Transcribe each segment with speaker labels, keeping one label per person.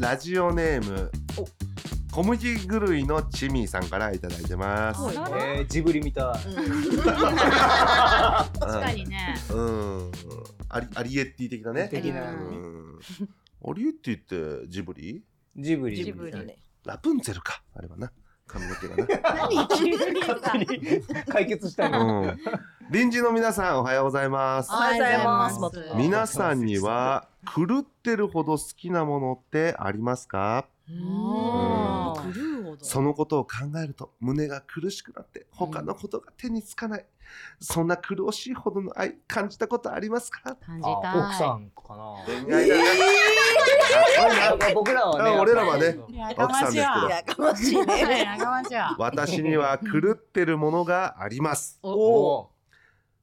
Speaker 1: ラジオネーム
Speaker 2: お
Speaker 1: 小麦狂いのチミーさんからいただいてます。
Speaker 2: はい
Speaker 3: あら
Speaker 2: えー、ジブリみたい。
Speaker 3: 確かにね。
Speaker 1: うん、うんアリアリエッティ的なね。
Speaker 2: 的な
Speaker 1: う
Speaker 3: うん
Speaker 1: ん、アリエッティってジブリ
Speaker 2: ジブリ。
Speaker 3: ジブリ。
Speaker 1: ラプンツェルかあれはな髪の毛がな。
Speaker 3: 何急にさ。
Speaker 2: 解決したいの。
Speaker 1: うん臨時の皆さんおはようございます
Speaker 3: お。はようございます
Speaker 4: おはようございま
Speaker 1: 皆さんには狂ってるほど好きなものってありますか
Speaker 4: うん
Speaker 3: うん
Speaker 4: 狂うほど
Speaker 1: そのことを考えると胸が苦しくなって他のことが手につかない、そんな苦しいほどの愛感じたことありますか
Speaker 3: 感じたい。
Speaker 2: あ 奥さんかな。
Speaker 1: 恋愛だね、
Speaker 2: なんか僕らはね。
Speaker 1: あ俺らはね
Speaker 2: やっぱり
Speaker 3: や
Speaker 1: 奥さんです
Speaker 4: やかましい
Speaker 3: けど。
Speaker 4: ね
Speaker 3: やかましいわ。
Speaker 1: 私には狂ってるものがあります
Speaker 2: おー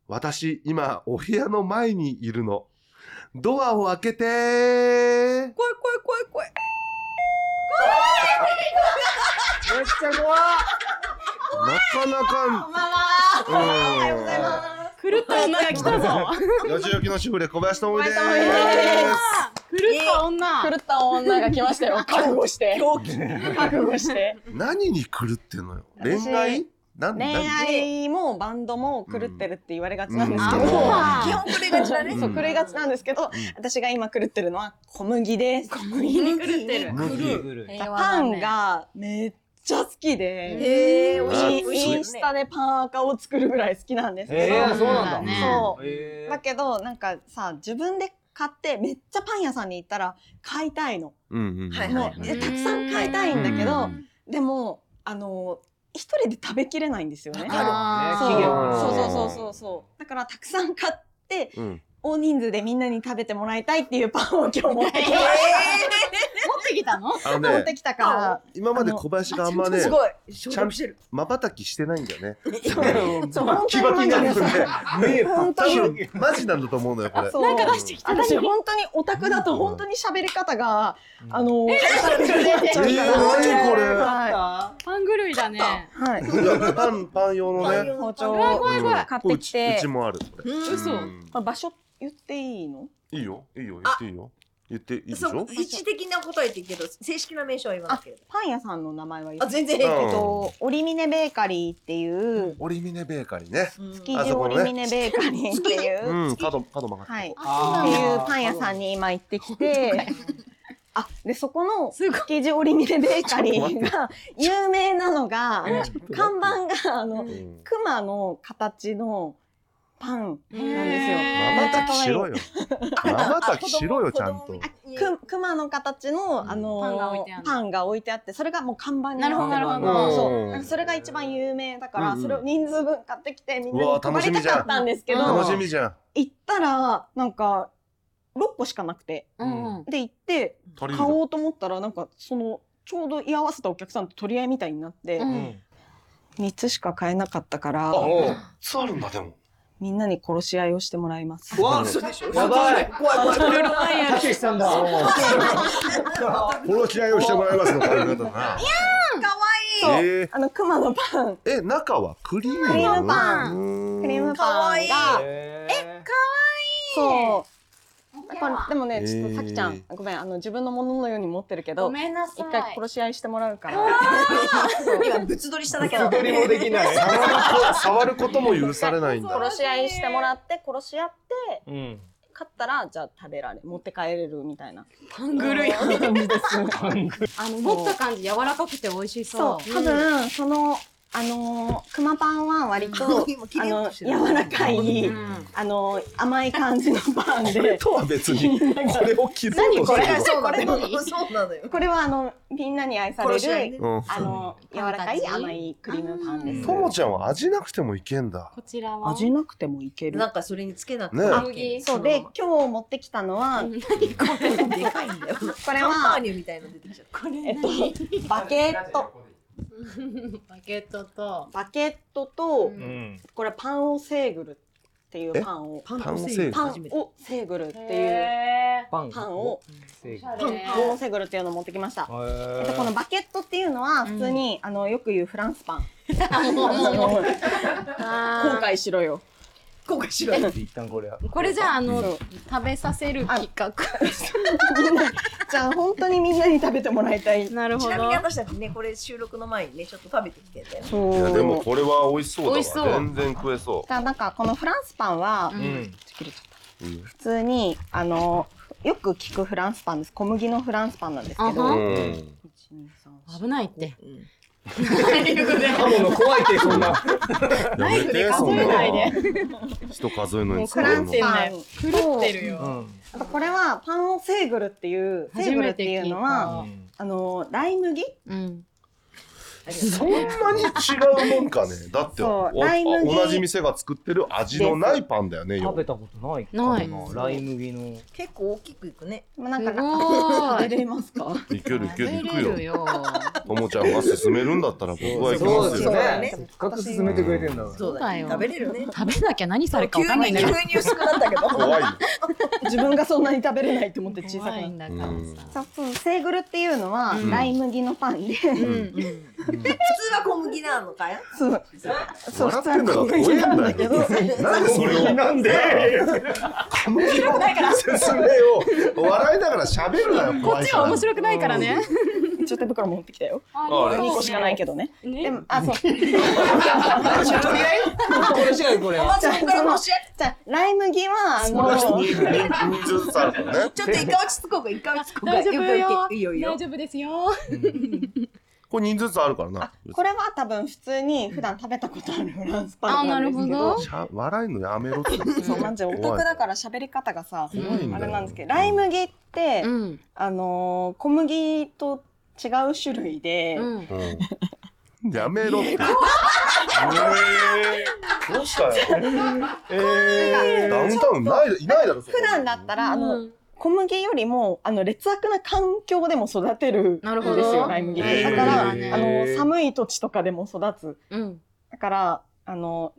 Speaker 1: 私今お部屋の前にいるのドアを開けて
Speaker 4: 怖い怖い怖い怖い
Speaker 2: めっちゃ怖い。
Speaker 1: なかなか
Speaker 3: こんばんは。
Speaker 1: うん
Speaker 3: 狂った女が来たぞ。
Speaker 1: よちよきの主婦で小林智美です
Speaker 3: 小林智美です狂った女。
Speaker 5: 狂った女が来ましたよ。 覚悟して。
Speaker 4: 狂気
Speaker 5: 覚悟して。
Speaker 1: 何に狂ってんのよ
Speaker 5: 私
Speaker 1: 恋愛なん
Speaker 5: 恋
Speaker 1: 何
Speaker 5: 愛もバンドも狂ってるって言われがちなんですけど、
Speaker 3: あ
Speaker 1: う
Speaker 4: 基本これがちだね
Speaker 1: ん
Speaker 5: そう狂いがちなんですけど、私が今狂ってるのは小麦です。小麦
Speaker 3: に狂ってる
Speaker 1: 無理
Speaker 2: ぐる。
Speaker 5: パンがめっちゃ好きで、
Speaker 4: えー、美味しい美味しい
Speaker 5: インスタでパンカを作るぐらい好きなんですけど、
Speaker 2: えー、そうなんだ。
Speaker 5: そ
Speaker 2: えー
Speaker 5: だけどなんかさ自分で買ってめっちゃパン屋さんに行ったら買いたいの。
Speaker 1: うんうんうん
Speaker 4: はい
Speaker 5: もうえたくさん買いたいんだけ
Speaker 1: う
Speaker 5: ど
Speaker 1: ん、
Speaker 5: でもあの一人で食べきれないんですよね。
Speaker 3: あ
Speaker 5: そう
Speaker 3: ー
Speaker 2: 期限
Speaker 1: が
Speaker 5: そうそうそうそうそうだからたくさん買って
Speaker 1: うん
Speaker 5: 大人数でみんなに食べてもらいたいっていうパンを今日持ってきま
Speaker 3: 持ってきたの？
Speaker 1: あの
Speaker 5: 持っ
Speaker 1: ね
Speaker 5: てきたか
Speaker 1: 今まで小林があんまね
Speaker 4: すごい
Speaker 1: ょ
Speaker 4: 消
Speaker 1: うど
Speaker 4: 毒
Speaker 1: し
Speaker 4: してる
Speaker 1: まばたきしてないんだよね
Speaker 5: らそう本
Speaker 1: キバ
Speaker 5: 当
Speaker 1: キに
Speaker 5: に
Speaker 1: な
Speaker 5: マ
Speaker 1: る
Speaker 5: ジ
Speaker 1: よね目
Speaker 5: で本当
Speaker 1: 多
Speaker 5: に
Speaker 1: 分マジなんだと思うのよこれ
Speaker 5: そう
Speaker 1: うん
Speaker 5: なんか
Speaker 3: た
Speaker 5: 私本当にオタクだと本当に喋り方があのえ
Speaker 1: えー何これ
Speaker 5: は
Speaker 3: パン狂いだね。
Speaker 5: いはい
Speaker 1: いやパンパン用のね
Speaker 5: 包丁
Speaker 3: 怖い
Speaker 5: を
Speaker 3: 怖い怖い。
Speaker 5: 買って
Speaker 1: う
Speaker 5: き
Speaker 1: ち
Speaker 5: て
Speaker 1: うちもあるこれ
Speaker 4: うん
Speaker 3: 嘘
Speaker 1: うん
Speaker 5: これ場所言っていいの
Speaker 1: いいよいいよ言っていいよ言っていいでし
Speaker 4: そ
Speaker 1: ょ
Speaker 4: う一時的なことは言ってるけど正式な名称は言わないけど
Speaker 5: パン屋さんの名前は言
Speaker 4: あ
Speaker 5: う
Speaker 4: 全
Speaker 1: う
Speaker 4: 然
Speaker 1: ん
Speaker 4: 平
Speaker 5: えっとオリミネベーカリーっていう
Speaker 1: オリミネベーカリーね
Speaker 4: 気
Speaker 5: 築地オリミネベーカリーっていうう、
Speaker 1: ん角角曲がって
Speaker 5: はい
Speaker 1: こ
Speaker 5: っていうパン屋さんに今行ってきて、あ、で、そこの
Speaker 3: すごい。
Speaker 5: 築地オリミネベーカリーが有名なのが、看板が、あ
Speaker 1: う
Speaker 5: の、
Speaker 1: ん
Speaker 5: 熊の形のパンなんですよ。
Speaker 1: ま
Speaker 3: へ
Speaker 1: ば
Speaker 3: ー
Speaker 1: たきしろよまばたきしろよちゃんと
Speaker 5: く熊の形
Speaker 1: う
Speaker 5: の
Speaker 1: ん
Speaker 5: あ
Speaker 3: パンが置い
Speaker 5: の
Speaker 3: てある
Speaker 5: パンが置いてあってそれがもう看板にっ
Speaker 3: な
Speaker 5: て
Speaker 3: るほどなる
Speaker 1: ほど
Speaker 5: そう
Speaker 1: うん
Speaker 5: なんかそれが一番有名だか
Speaker 1: うん
Speaker 5: ら
Speaker 1: うん
Speaker 5: それを人数分買ってきてみ
Speaker 1: う
Speaker 5: んなに
Speaker 1: わ楽し
Speaker 5: 配
Speaker 1: み
Speaker 5: り
Speaker 1: じ
Speaker 5: た
Speaker 1: ゃん
Speaker 5: かったんですけ
Speaker 3: うん
Speaker 5: ど
Speaker 1: 楽しみじゃん
Speaker 5: 行ったらなんか6個しかなくて
Speaker 3: うんうん。
Speaker 5: で行って
Speaker 1: 足りる
Speaker 5: 買おうと思ったらなんかそのちょうど居合わせたお客さんと取り合いみたいになって
Speaker 3: う
Speaker 2: うんん
Speaker 5: 3つしか買えなかったから
Speaker 2: おう
Speaker 1: つあるんだでも
Speaker 5: みんなに殺し合いをしてもらいます。
Speaker 2: わあ
Speaker 4: 嘘でしょ
Speaker 2: やばい
Speaker 4: 怖い怖い怖い
Speaker 2: たけしさんだ。
Speaker 1: 殺し合いをしてもらいますの考え方だな
Speaker 5: そう
Speaker 1: えー
Speaker 5: あの熊のパン
Speaker 1: え中はクリーム
Speaker 5: クリームパ
Speaker 1: ン
Speaker 5: クリーム
Speaker 4: か
Speaker 5: パ
Speaker 4: わい
Speaker 5: ン
Speaker 4: い
Speaker 5: が
Speaker 2: え、
Speaker 5: そうこれでもねちょっ
Speaker 1: えー
Speaker 5: とさきちゃんごめんあの自分のもののように持ってるけ
Speaker 3: ご
Speaker 5: ど
Speaker 3: めんなさい
Speaker 5: 一。回殺し合いしてもらうから
Speaker 4: 今物撮りしただけなの
Speaker 2: 作りもできない。
Speaker 1: 触ることも許されないんだ
Speaker 5: 殺し合いしてもらって殺し合っ
Speaker 2: う
Speaker 5: て
Speaker 2: ん。
Speaker 5: 勝ったらじゃあ食べられ持って帰れるみたいな
Speaker 3: パン狂い。
Speaker 5: 感じです
Speaker 3: あの持った感じ柔らかくて美味しそ。
Speaker 5: そうう多分そのあのー熊パンは割と
Speaker 4: 今切
Speaker 5: あ
Speaker 4: れよう
Speaker 5: の
Speaker 4: としてる
Speaker 5: 柔らか
Speaker 3: う
Speaker 5: い
Speaker 3: ん。
Speaker 5: あの甘い感じのパン
Speaker 1: これ
Speaker 5: で
Speaker 1: とは別にこれを切る
Speaker 3: 何これ
Speaker 4: そうなの
Speaker 5: これ
Speaker 4: よそうなのよ
Speaker 5: これはあのみんなに愛さ
Speaker 4: 殺し合
Speaker 5: れ
Speaker 4: い
Speaker 5: る
Speaker 4: ね
Speaker 1: うん
Speaker 5: あの柔らかい
Speaker 3: パンたち
Speaker 5: 甘いクリームパンです
Speaker 1: ともちゃんは味なくてもいけんだ
Speaker 3: こちらは。
Speaker 5: なくてもいけ
Speaker 4: なんかそれにつけなく
Speaker 1: ね
Speaker 3: 小麦。
Speaker 5: そうで今日持ってきたのは、
Speaker 3: うん
Speaker 4: でかいんだよ
Speaker 5: こ
Speaker 4: カン
Speaker 5: れ
Speaker 4: パー
Speaker 5: は
Speaker 4: ニュみたいなの出てきちゃった
Speaker 3: これ
Speaker 5: えっとバケット
Speaker 3: バケットと。
Speaker 5: バケットと、
Speaker 3: う
Speaker 2: うん。
Speaker 5: これパンをセーグルっていう
Speaker 1: え
Speaker 5: パンを
Speaker 1: パンをセー
Speaker 5: パ
Speaker 4: 初
Speaker 5: ン
Speaker 4: めて
Speaker 5: をセーグルっていう
Speaker 3: へ
Speaker 2: パン。
Speaker 5: パンを。
Speaker 2: え
Speaker 3: ー。
Speaker 5: パンをセーグルっていうのを持ってきました。えっと、このバケットっていうのは普通に、あのよく言うフランスパン。
Speaker 3: もうもうもう
Speaker 5: 後悔しろよ。
Speaker 4: 後悔しろよ。
Speaker 2: 一旦これは。
Speaker 3: これじゃああ
Speaker 5: そ
Speaker 3: の
Speaker 5: う
Speaker 3: 食べさせる企画。
Speaker 5: みんなじゃあ本当にみんなに食べてもらいたい
Speaker 3: なる
Speaker 4: ち
Speaker 3: ほ
Speaker 4: なみに
Speaker 3: ど。
Speaker 4: 私たちね、これ収録の前にね、ちょっと食べてきてね。
Speaker 5: そう
Speaker 1: いやでもこれは美味しそうだわ
Speaker 3: 美味しそう
Speaker 1: 全然食えそ
Speaker 5: ただなんかこのフランスパンは、
Speaker 3: う
Speaker 2: うんん。
Speaker 5: ちょっと切れちゃった
Speaker 1: う、
Speaker 5: 普通にあのよく聞くフランスパンです小麦のフランスパンなんですけ
Speaker 3: あは
Speaker 5: ど
Speaker 1: うん、
Speaker 3: 危ないって。
Speaker 4: うん
Speaker 2: 刃物怖いってそんな。
Speaker 1: やめて
Speaker 3: ナイフで数えないで
Speaker 1: 人数えるのに
Speaker 5: フ
Speaker 1: 使
Speaker 5: ラ
Speaker 1: う
Speaker 5: ン
Speaker 1: の
Speaker 5: スパン
Speaker 3: 狂ってるよ。
Speaker 2: ん。
Speaker 5: あとこれはパンをセーグルっていうセーグルっていうの
Speaker 3: 初めて聞い
Speaker 5: は
Speaker 3: た
Speaker 5: あのライ麦
Speaker 3: うん。
Speaker 1: そんなに違うもんかねだって
Speaker 5: そ
Speaker 1: お
Speaker 5: うライ麦
Speaker 1: 同じ店が作ってる味のないパンだよね
Speaker 2: 食
Speaker 1: よ
Speaker 2: べたことないか
Speaker 3: ない
Speaker 2: な。ライ麦の。
Speaker 4: 結構大きくいくね。
Speaker 5: まあなん
Speaker 3: す
Speaker 5: か
Speaker 3: ご い。
Speaker 5: 食べれますか
Speaker 1: いけるいけるい
Speaker 3: 食べれ
Speaker 1: く
Speaker 3: る
Speaker 1: よ
Speaker 3: よ。
Speaker 1: ともちゃんが勧めるんだったら僕は行き
Speaker 2: そう
Speaker 1: ま
Speaker 2: ですす
Speaker 1: よ
Speaker 4: そ
Speaker 2: よ
Speaker 4: うだ
Speaker 2: ね
Speaker 4: ね。
Speaker 2: せっかく進めてくれてんだから。
Speaker 4: そうだよ。
Speaker 3: そうだ
Speaker 4: 食べ
Speaker 3: よ
Speaker 4: れるね。
Speaker 3: 食べなきゃ何されるか
Speaker 4: 急
Speaker 3: わかんない
Speaker 4: に
Speaker 3: んだ
Speaker 4: 急
Speaker 3: けど。
Speaker 4: に薄くなったけど。
Speaker 1: 怖いよ
Speaker 5: 自分がそんなに食べれないと思って小さく
Speaker 3: 怖
Speaker 5: ないっ
Speaker 3: んだか
Speaker 1: うん
Speaker 3: らさ。
Speaker 5: たそうセーグルっていうのは、
Speaker 3: うん
Speaker 5: ライ麦のパ ンで、
Speaker 3: う
Speaker 1: うん
Speaker 3: ん。
Speaker 4: 普通は小麦なのかよ。
Speaker 5: そうそう
Speaker 1: 笑ってんだから怖えんだよ
Speaker 5: 普通は小麦
Speaker 1: な
Speaker 5: なんだけど
Speaker 1: んでそれを
Speaker 2: なんで
Speaker 1: 小麦の説明を笑いながら喋るなよ
Speaker 3: こ
Speaker 1: 怖
Speaker 3: っ
Speaker 1: い
Speaker 3: ち
Speaker 1: から
Speaker 3: は面白くないからね。
Speaker 5: ちょっと袋持ってきたよ
Speaker 1: あれ
Speaker 5: 2個しかないけどね
Speaker 3: ね
Speaker 5: でもあそう
Speaker 2: とりあえず。これ違うよこれ。
Speaker 4: まずここからのし
Speaker 5: じゃあライ麦はあ
Speaker 1: この人
Speaker 5: の
Speaker 1: に20歳だからね
Speaker 4: ちょっと一回落ち着こうか、一回落ち着こうか。
Speaker 3: 大丈夫よ。
Speaker 4: いいよいいよ
Speaker 3: 大。丈夫ですよ。
Speaker 1: これ人数ずつあるからな
Speaker 5: これは多分普通に普段食べたことあるフランスパンなんです
Speaker 3: あ
Speaker 5: け
Speaker 3: なるほ
Speaker 5: ど
Speaker 3: ど
Speaker 1: しゃ笑いのやめろって
Speaker 5: そうマジオタクだから喋り方がさ
Speaker 1: 怖いんだ
Speaker 5: あ
Speaker 1: よ
Speaker 5: れなんですけどライ麦って、
Speaker 3: うん。
Speaker 5: あのー小麦と違う種類で、
Speaker 3: う
Speaker 1: う
Speaker 3: ん。
Speaker 1: んやめろって。えーどうしたよ。えーダウンタウンないいないだろ。普
Speaker 5: 普段だったら、あの小麦よりもあの劣悪な環境でも育てるんです
Speaker 3: なるほど
Speaker 5: よライ麦って、
Speaker 1: へー
Speaker 5: だからあ
Speaker 1: へ
Speaker 5: の寒い土地とかでも育つ
Speaker 3: うん。
Speaker 5: だからあの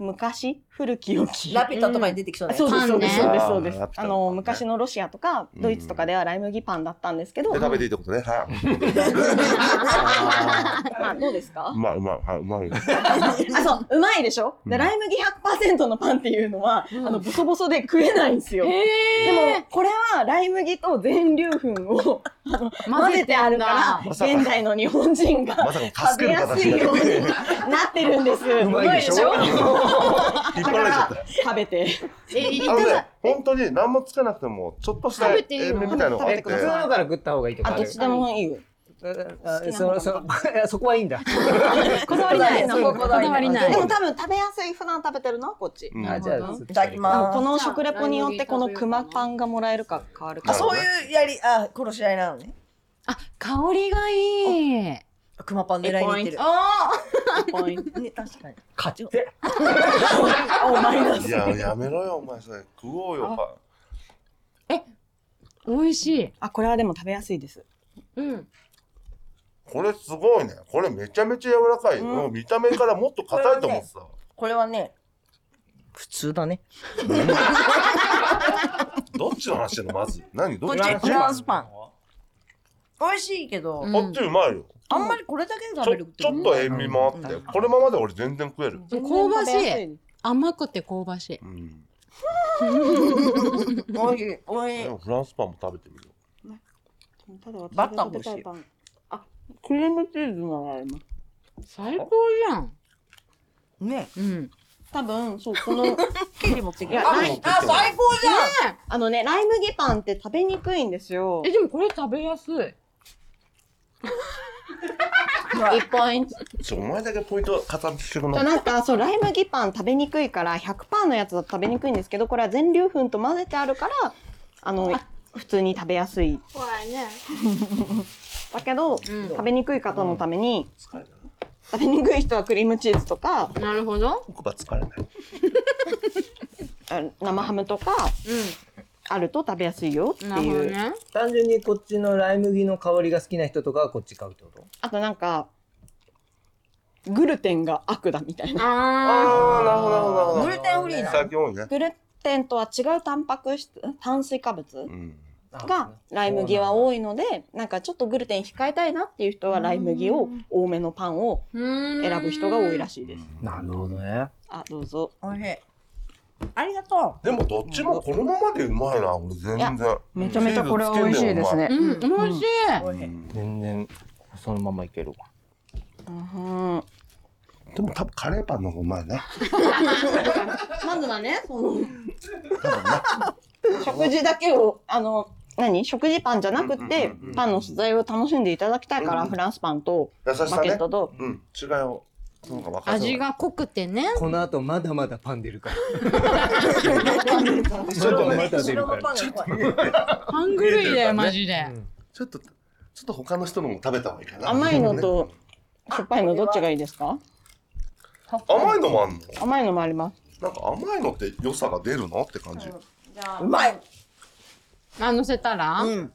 Speaker 5: 昔古き良き
Speaker 4: ラピュタとかに出てきそう
Speaker 5: あ
Speaker 4: なやつ
Speaker 5: そうです
Speaker 3: パ
Speaker 5: そ
Speaker 3: ンね
Speaker 5: うですそうです
Speaker 1: あーあ
Speaker 5: そうです
Speaker 1: った
Speaker 5: あ
Speaker 1: あっ
Speaker 5: の
Speaker 1: た
Speaker 5: 昔のロシアとかドイツとかではライ麦パンだったんですけど、
Speaker 1: で
Speaker 5: ま
Speaker 1: 食べていいってことね。はい。
Speaker 5: あどうですか
Speaker 1: うまいうまいはいうまい。
Speaker 5: あ、そう、うまいでしょ、
Speaker 1: う
Speaker 5: で、
Speaker 1: ん
Speaker 5: ライ麦100%のパンっていうのは、
Speaker 3: うん
Speaker 5: あの、ボソボソで食えないんですよ。でも、これはライ麦と全粒粉を混ぜてあるから、
Speaker 1: まさか
Speaker 5: 現代の日本人
Speaker 1: ま
Speaker 5: が
Speaker 1: さか
Speaker 5: 食
Speaker 1: 助け
Speaker 5: べ
Speaker 1: る
Speaker 5: や
Speaker 1: 形
Speaker 5: すい
Speaker 1: にな
Speaker 5: ように
Speaker 1: って
Speaker 5: なってるんです。
Speaker 2: うまいでしょ。
Speaker 1: 引っ
Speaker 5: だ
Speaker 1: 張
Speaker 5: から
Speaker 1: れちゃ
Speaker 5: ら
Speaker 1: っ、
Speaker 5: 食べて。
Speaker 3: え、い
Speaker 1: た。あの
Speaker 3: た
Speaker 1: ね本当に何もつけなくてもちょっとした
Speaker 3: 食
Speaker 1: え
Speaker 3: べていいの
Speaker 1: ーみたいなのがあっ
Speaker 5: 食べ
Speaker 1: て
Speaker 5: てく
Speaker 2: 普
Speaker 5: だ
Speaker 2: 通
Speaker 5: さ
Speaker 2: のから食った方がいいとか
Speaker 5: あ、
Speaker 2: あ
Speaker 5: どっ
Speaker 2: る
Speaker 5: ち。でもいいよ。
Speaker 2: あそそそこはいいんだ。
Speaker 3: こだわりないの。こだわりな
Speaker 5: で
Speaker 3: い。
Speaker 5: も多分食べやすい、普段食べてるのはこっち。
Speaker 1: うん
Speaker 2: あじゃあ
Speaker 4: いただき
Speaker 5: あ
Speaker 4: ま
Speaker 5: のこの食レポによってこの熊パンがもらえるか変わるか
Speaker 4: す。あ、
Speaker 5: ら。
Speaker 4: そういうやり、あ、殺し合いなのね。
Speaker 3: あ、香りがいい。
Speaker 4: あ熊パン狙いに行ってる。
Speaker 3: あ
Speaker 5: ポイン ト
Speaker 4: ね、確かに。
Speaker 2: 勝ちって。
Speaker 5: おマイナス
Speaker 1: いややめろよお前それ食おうよ。
Speaker 3: あ、美味しい。
Speaker 5: あ、これはでも食べやすいです。
Speaker 3: うん。
Speaker 1: これすごいね。これめちゃめちゃ柔らかい。
Speaker 4: うん
Speaker 1: うん見た目からもっと硬いと思ってた。
Speaker 4: これはね、普通だね。
Speaker 1: どっちの話してんのまず。 何どっ
Speaker 4: こっ
Speaker 1: ち
Speaker 4: ち
Speaker 1: の
Speaker 4: フ
Speaker 1: 話
Speaker 4: ランスパン。美味しいけど、
Speaker 3: うん
Speaker 1: こっちうまいよ。
Speaker 4: あんまりこれだけで
Speaker 1: ち
Speaker 4: 食
Speaker 1: ょ
Speaker 4: べる
Speaker 1: ちょっと塩味もあって、
Speaker 4: うん
Speaker 1: このままで俺全然食える。
Speaker 3: 香ばし
Speaker 5: 全然食べやす
Speaker 3: い。甘くて香ばしい。
Speaker 1: うん、
Speaker 4: 美味しい。美味し
Speaker 1: で
Speaker 4: い。
Speaker 1: もフランスパンも食べてみよ
Speaker 5: ただ私
Speaker 4: バターも美味しい
Speaker 5: 食べたパンあ、クリームチーズがあります。
Speaker 3: 最高じゃん。
Speaker 4: ね。
Speaker 3: うん。
Speaker 5: 多分、そう、この、
Speaker 4: ケリ持ってく
Speaker 5: いや
Speaker 4: る。
Speaker 1: う。
Speaker 4: あ、
Speaker 5: ライ
Speaker 4: あ最高じゃん
Speaker 5: あのね、ライ麦パンって食べにくいんですよ
Speaker 3: え、。でもこれ食べやすい。
Speaker 5: 一ポイント。
Speaker 1: ちょお前だけポイント片付けてくんない
Speaker 5: なんか、そう、ライ麦パン食べにくいから、100パーのやつだと食べにくいんですけど、これは全粒粉と混ぜてあるから、あの、普通に食べやすい。
Speaker 3: 怖いね。
Speaker 5: だけど、
Speaker 3: うん
Speaker 5: 食べにくい方のために、
Speaker 1: 疲れたな。
Speaker 5: 食べにくい人はクリームチーズとか、
Speaker 3: なるほど。
Speaker 1: 僕は疲れない。
Speaker 5: あ生ハムとか、あると食べやすいよって
Speaker 3: うん。なるほど
Speaker 5: いう。
Speaker 3: ね。
Speaker 2: 単純にこっちのライ麦の香りが好きな人とかはこっち買うってこと。
Speaker 5: あとなんか、グルテンが悪だみたいな。
Speaker 3: あ
Speaker 1: あー、なるほどなるほどなるほど。
Speaker 4: グルテンフリーなの
Speaker 1: 最近多いね。
Speaker 5: グルテンとは違うタンパク質、炭水化物
Speaker 1: うん。
Speaker 5: がライ麦は多いので、なんかちょっとグルテン控えたいなっていう人はライ麦を多めのパンを
Speaker 3: あ。選
Speaker 5: 選ぶ人が多いら
Speaker 3: い。
Speaker 5: しいです。
Speaker 2: なるほどね。
Speaker 5: あどうぞ
Speaker 4: おいしい。ありがと
Speaker 1: でもどっちもこのままでうまいな俺全然
Speaker 6: めちゃめちゃこれは美味しいですね。
Speaker 3: うん、美味しい。
Speaker 4: う。おいし
Speaker 1: う
Speaker 4: い。
Speaker 1: ん
Speaker 2: 全然そのままいけるわ
Speaker 5: うんま
Speaker 1: でも多分カレーパンの方がうまいね
Speaker 5: ずはねその
Speaker 1: 多分ね
Speaker 5: 食事だけをあの何食事パンじゃなく
Speaker 1: う
Speaker 5: て
Speaker 1: んうんうんうん
Speaker 5: パンの素材を楽しんでいただきたいから、
Speaker 1: うん
Speaker 5: フランスパンと
Speaker 1: 優しさ
Speaker 5: バケッ
Speaker 1: ね
Speaker 5: トと、
Speaker 1: うん違いをなんか分かる
Speaker 3: 味が濃くてね。
Speaker 2: この後まだまだパン出るから
Speaker 1: ちょっと
Speaker 2: ま
Speaker 1: ね
Speaker 2: た出るから
Speaker 4: 白ご飯が怖い
Speaker 3: ハングリーだよ、マジで。
Speaker 1: ちょっとちょっと他の人のも食べた方がいいかな
Speaker 5: 甘いのとしょっぱいのどっちがいいですか
Speaker 1: 甘いのもあんの
Speaker 5: 甘いのもあります
Speaker 1: なんか甘いのって良さが出るのって感じ
Speaker 4: じゃあうまい。
Speaker 3: あ、乗せたら
Speaker 4: うん。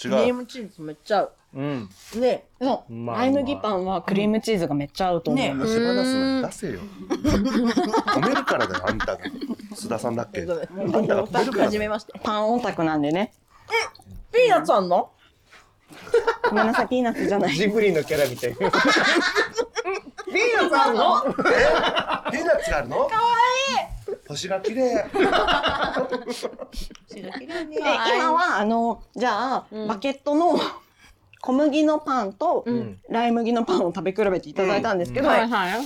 Speaker 4: クリ
Speaker 1: 違
Speaker 4: ー
Speaker 1: う
Speaker 4: ムチーズめっちゃ合
Speaker 2: うん
Speaker 4: う。ね。
Speaker 5: そうう
Speaker 2: まい
Speaker 5: ライ麦パンはクリームチーズがめっちゃ合うと思う、
Speaker 4: ね。
Speaker 1: 足場出すな出せよ褒めるからだよあん たが須田さんだっけ
Speaker 4: ごめん
Speaker 1: あんたが褒めるから
Speaker 4: は
Speaker 1: だ
Speaker 4: じめ
Speaker 1: よ
Speaker 4: まして。
Speaker 5: パンオタクなんでね
Speaker 4: ピーナッツあんの？
Speaker 5: ごめんなさいピーナッツじゃない
Speaker 2: ジブリのキャラみたいな
Speaker 4: ピーナッツあんの？
Speaker 1: ピーナッツがあるの可愛い星が綺麗
Speaker 5: で今はあのじゃあ、バケットの 小麦のパンと、
Speaker 3: うん。
Speaker 5: ライ麦のパンを食べ比べていただいたんですけど、
Speaker 3: はいはい。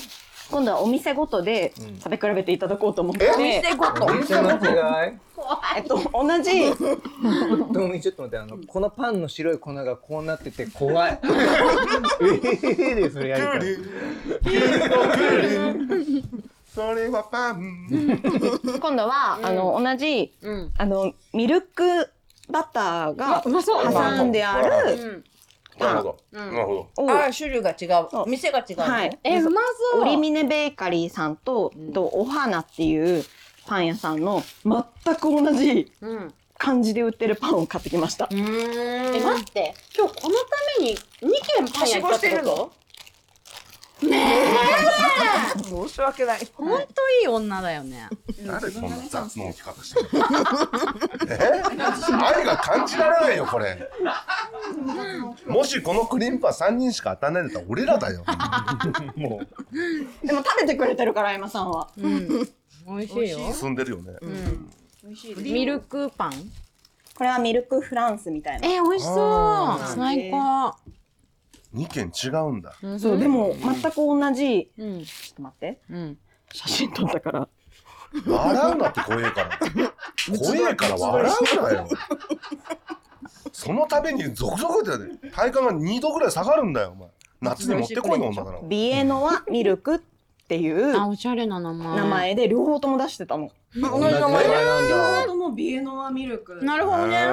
Speaker 5: 今度はお店ごとで
Speaker 2: ん
Speaker 5: 食べ比べていただこうと思って、
Speaker 1: え
Speaker 4: お店ごと。
Speaker 2: めっちゃ間違い
Speaker 5: えっと同じ
Speaker 2: トミーちょっと待ってあのこのパンの白い粉がこうなってて怖いええでそれやるから
Speaker 1: それはパン
Speaker 5: 今度は、あの同じ
Speaker 3: うん。
Speaker 5: あのミルクバターが
Speaker 3: あ、うまそう。
Speaker 5: 挟んである
Speaker 3: うん。
Speaker 1: なるほど
Speaker 3: う
Speaker 1: なんるほど
Speaker 5: を、
Speaker 4: ああ種類が違
Speaker 5: そう
Speaker 4: う。店が違うの。
Speaker 5: はい、
Speaker 3: え、うまそう。
Speaker 5: オリミネベーカリーさんと,、とお花っていうパン屋さんの全く同じ
Speaker 3: うん。
Speaker 5: 感じで売ってるパンを買ってきました。
Speaker 3: え、
Speaker 7: 待って今日このために2軒パ
Speaker 4: は
Speaker 7: ン
Speaker 4: し
Speaker 7: 屋行っ
Speaker 4: ご
Speaker 7: た
Speaker 4: し
Speaker 7: って
Speaker 4: て
Speaker 7: こ
Speaker 4: る
Speaker 7: と
Speaker 4: の？ねえ。申し訳ない。
Speaker 3: ほんといい女だよね。
Speaker 1: 誰こんな雑な置き方してるの え愛が感じられないよこれもしこのクリームパン3人しか当たらないんだったら俺らだよ
Speaker 2: も
Speaker 5: でも食べてくれてるから今さんは。
Speaker 3: うん。美味しいよ。
Speaker 1: 進んでるよね
Speaker 3: うん。ミルクパン
Speaker 5: これはミルクフランスみたいな。
Speaker 3: え、美味しそ
Speaker 1: あ
Speaker 3: う。
Speaker 5: ー
Speaker 3: 最高。
Speaker 1: 2軒違うんだ
Speaker 5: そうでも全く同じ。
Speaker 3: うん。
Speaker 5: ちょっと待って。
Speaker 3: うん。
Speaker 5: 写真撮ったから。
Speaker 1: 笑うなって怖えから怖えから笑うなよそのために続々だよね体感が2度ぐらい下がるんだよお前夏に持ってこいの女だな
Speaker 5: ビエノはミルクっていう
Speaker 3: あ、おしゃれな名前。
Speaker 5: 名。前で両方とも出してたの。
Speaker 2: う同じ名前なんだ
Speaker 5: ともビエノはミルク
Speaker 3: なるほどね。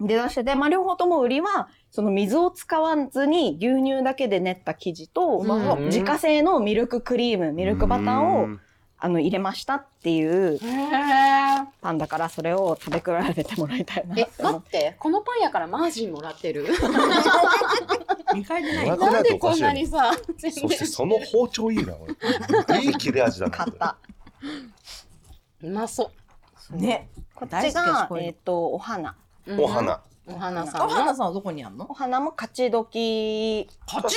Speaker 5: で出してて、まあ両方とも売りは、その水を使わずに牛乳だけで練った生地と、
Speaker 3: うん
Speaker 5: 自家製のミルククリーム、ミルクバターをあの入れましたってい
Speaker 3: へ
Speaker 5: う
Speaker 3: え。
Speaker 5: パンだから、それを食べ比べてもらいたいな。
Speaker 7: え待ってこのパン屋からマージンもらってる
Speaker 4: 二回じゃない。
Speaker 1: な
Speaker 3: なんでこんな
Speaker 1: よ
Speaker 3: にさ、全
Speaker 1: そしてその包丁いいな俺いい切れ味だな
Speaker 5: 買った。
Speaker 3: 然。うまそ
Speaker 4: ね。こ
Speaker 5: こっちが、えっ、
Speaker 4: お
Speaker 5: と、お花。
Speaker 3: う。うん
Speaker 1: お。花
Speaker 3: お花さんの。
Speaker 4: 花さんはどこにあんの
Speaker 5: お？花も勝どき
Speaker 4: 勝ち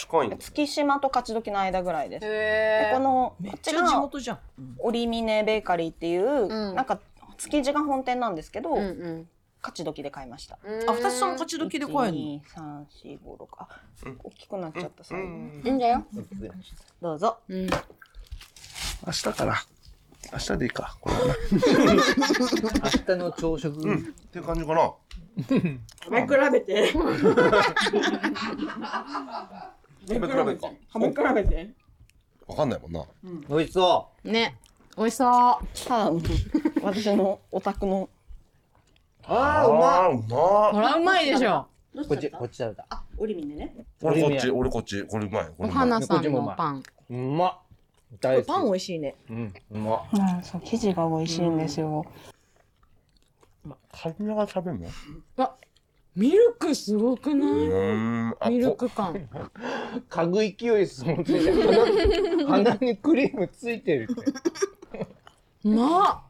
Speaker 1: 近いんだ
Speaker 5: 月島と勝どきの間ぐらいです。で
Speaker 3: へ
Speaker 5: この
Speaker 4: め
Speaker 5: こ
Speaker 4: っ
Speaker 5: っ
Speaker 4: ち
Speaker 5: ち
Speaker 4: ゃ地
Speaker 5: が
Speaker 4: 元じゃん。
Speaker 5: オリミネベーカリーっていう、
Speaker 3: ん
Speaker 5: なんか築地が本店なんですけど、
Speaker 3: うんうん。
Speaker 5: 勝どきで買いました。
Speaker 4: あ、二つとも勝ち時で怖いの。
Speaker 5: 一二三四五六あ
Speaker 1: うん、
Speaker 5: 大きくなっちゃった、
Speaker 1: う
Speaker 5: 最後
Speaker 1: ん
Speaker 3: いいんだよ。
Speaker 5: どうぞ。
Speaker 3: うん。
Speaker 1: 明日から明日でいいかこれはね
Speaker 2: 明日の朝食、
Speaker 1: うんっていう感じかな
Speaker 4: 食べ比べて。
Speaker 1: 食べ比べるか
Speaker 4: 食べ比べて。
Speaker 1: わかんないもんな
Speaker 2: 美味しそ
Speaker 3: ね。美味しそう。
Speaker 5: ただ、 私のオタクの
Speaker 2: うあーうまっ
Speaker 1: あーうま
Speaker 3: ほら、うまいでしょ。
Speaker 2: こっちこっち食べた
Speaker 5: あ、オリミネね。
Speaker 1: 俺こっち俺こっちこれうまいこ
Speaker 3: お
Speaker 1: れうまい
Speaker 3: 花さんのパン。
Speaker 2: うまっ大好き
Speaker 4: パン美味しいね。
Speaker 2: うんうまっ
Speaker 5: うん、そう生地が美味しいんですよ。
Speaker 1: カビナが食べるの
Speaker 3: ミルクすごくな
Speaker 1: うんあ
Speaker 3: いミル
Speaker 1: こ
Speaker 3: ク感。
Speaker 2: 嗅ぐ勢いですもんね鼻にクリームついてるって
Speaker 3: うま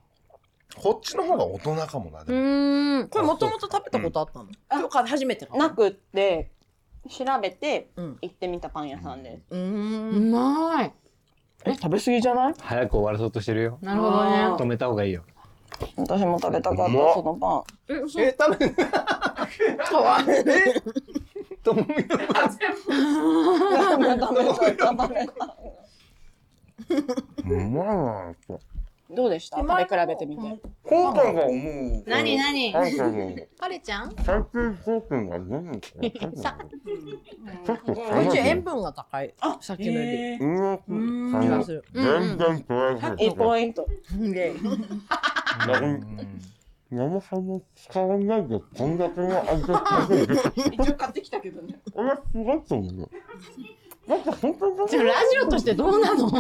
Speaker 1: こっちの方が大人かもな
Speaker 3: っう
Speaker 1: でも
Speaker 3: ーん。
Speaker 4: これもともと食べたことあったの。今日初めてか。
Speaker 5: なくって調べて
Speaker 4: うん。
Speaker 5: 行ってみたパン屋さんです。
Speaker 4: うーん。
Speaker 3: うまい。
Speaker 5: え食べ過ぎじゃない
Speaker 2: 早く終わらそうとしてるよ
Speaker 3: なるほどね
Speaker 2: 止めた方がいいよ
Speaker 5: 私も食べたかっ
Speaker 1: うまった
Speaker 5: そのパン
Speaker 2: え多分
Speaker 4: かわいい。
Speaker 2: ともみのパン
Speaker 5: 食べた食べた食べた
Speaker 1: うまいな
Speaker 5: どうでした食べ比べてみて
Speaker 1: コウタが思う
Speaker 8: 何何
Speaker 1: あんたの
Speaker 8: カレちゃん
Speaker 1: 最近貢献が何かちょっと
Speaker 4: こっち塩
Speaker 1: 分
Speaker 4: 分が高い。あ、さっきのより。
Speaker 1: うん
Speaker 4: 気がする。
Speaker 1: 全然取らず
Speaker 5: 1ポイント
Speaker 2: うん
Speaker 1: 山さんも使わないでこんだけの味付けで
Speaker 4: 一応買ってきたけどね。
Speaker 1: 俺はすごいと思うだって本当に
Speaker 3: じゃあラジオとしてどうなの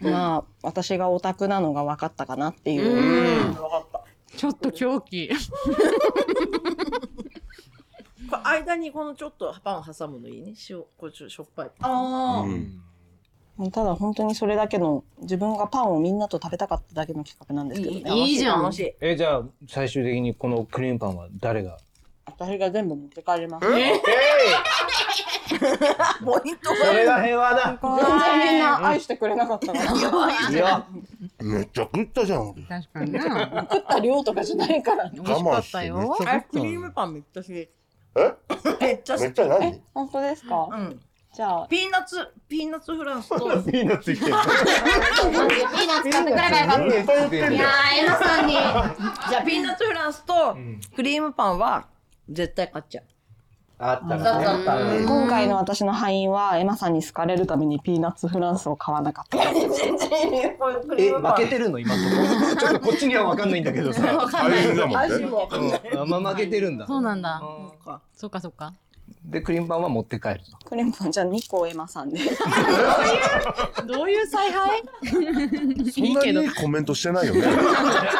Speaker 5: まあ私がオタクなのが分かったかなっていう
Speaker 3: ちょっと狂気
Speaker 4: これ間にこのちょっとパン挟むのいいね。塩、こっちょしょっぱい。
Speaker 1: う
Speaker 2: うんん
Speaker 5: ただ本当にそれだけの自分がパンをみんなと食べたかっただけの企画なんですけどね
Speaker 3: いいじゃん
Speaker 4: 楽しい。
Speaker 2: えじゃあ最終的にこのクリームパンは誰が
Speaker 5: 私が全部持って帰ります
Speaker 1: え
Speaker 4: ポイント
Speaker 2: それが平和だ
Speaker 5: 全然みんな愛してくれなかったから
Speaker 2: いいよ
Speaker 1: めっちゃ食ったじゃん俺
Speaker 3: 確かにな
Speaker 5: 食った量とかじゃないから
Speaker 3: 美味
Speaker 1: 我
Speaker 3: しか
Speaker 1: 慢
Speaker 3: っ
Speaker 1: したて
Speaker 3: よ
Speaker 1: めっち
Speaker 4: あ
Speaker 1: ゃ
Speaker 4: れ
Speaker 1: 食
Speaker 4: ク
Speaker 1: った
Speaker 4: リームパンめっちゃ好き。めっちゃ
Speaker 1: め
Speaker 4: 好
Speaker 1: っ
Speaker 4: き。
Speaker 1: ちゃ何
Speaker 5: 本当ですか
Speaker 4: うん。
Speaker 5: じゃあ
Speaker 4: ピーナッツ、ピーナッツフランスと。
Speaker 1: ピーナッツいける
Speaker 8: ピーナッツ買ってくればよかっ
Speaker 1: 絶対言って
Speaker 8: た
Speaker 1: ん
Speaker 8: い
Speaker 1: だ
Speaker 8: やー
Speaker 1: よ
Speaker 8: エマさんに
Speaker 4: じゃあピーナッツフランスと
Speaker 2: ん
Speaker 4: クリームパンは絶対買っちゃう。
Speaker 2: あったらね
Speaker 5: 今回の私の敗因はエマさんに好かれるためにピーナッツフランスを買わなかった
Speaker 2: え負けてるの今のとこちょっとこっちには分かんないんだけどさ
Speaker 1: 大変だもんね
Speaker 4: も
Speaker 2: あんま負けてるんだ
Speaker 3: そうなんだ
Speaker 2: うん
Speaker 3: そっかそっか
Speaker 2: でクリームパンは持って帰ると
Speaker 5: クレモンじゃあ2個エマさんで
Speaker 3: どういう采 配
Speaker 1: そんなにいいコメントしてないよね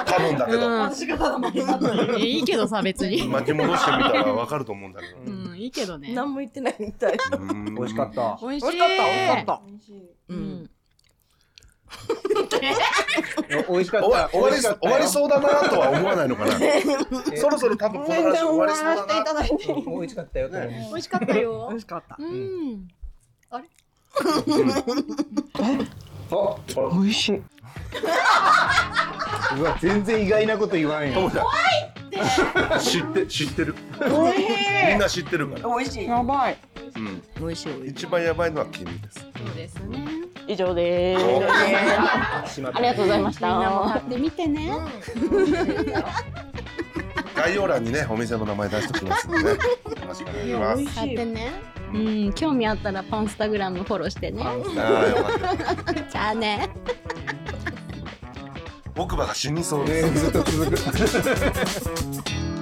Speaker 1: 多分だけど
Speaker 4: 私がただ負けなのに
Speaker 3: うんいいけどさ別に
Speaker 1: 巻き戻してみたらわかると思うんだけど
Speaker 3: うんいいけどね
Speaker 4: 何も言ってないみたい。
Speaker 2: 美味しかった
Speaker 3: 美味しい
Speaker 4: 美味しかった、美味しかった。
Speaker 3: うん
Speaker 2: お美味しか
Speaker 1: 終わ
Speaker 2: った
Speaker 1: 終わり終わりそうだなとは思わないの かなそろそろ多分この
Speaker 5: 全
Speaker 1: 話
Speaker 5: 然
Speaker 1: 終
Speaker 5: お
Speaker 1: わり
Speaker 5: 話
Speaker 1: そう
Speaker 5: して
Speaker 1: だ
Speaker 5: いただいて
Speaker 2: うん美味しかったよと思う
Speaker 3: 美味しかったよ
Speaker 4: 美味しかった。
Speaker 3: うん
Speaker 2: あ
Speaker 5: 美味しいう
Speaker 2: わ全然意外なこと言わんよ
Speaker 1: な知って知ってるみんな知ってるから、
Speaker 4: 美味しい。
Speaker 5: やばい
Speaker 1: うん、
Speaker 4: 美味しい。
Speaker 1: 一番やばいのは君です
Speaker 3: そうですね
Speaker 5: 以上です
Speaker 1: お
Speaker 5: ありがとうございまし
Speaker 3: みんなも
Speaker 5: た
Speaker 3: 買ってみてね
Speaker 1: 概要欄にねお店の名前出しておきますので、ね、よろしくお願いします
Speaker 3: 買ってねうん興味あったらパンスタグラムフォローしてね
Speaker 1: あーよかった
Speaker 3: じゃあね
Speaker 1: 奥歯が死にそうです
Speaker 2: ずっと続く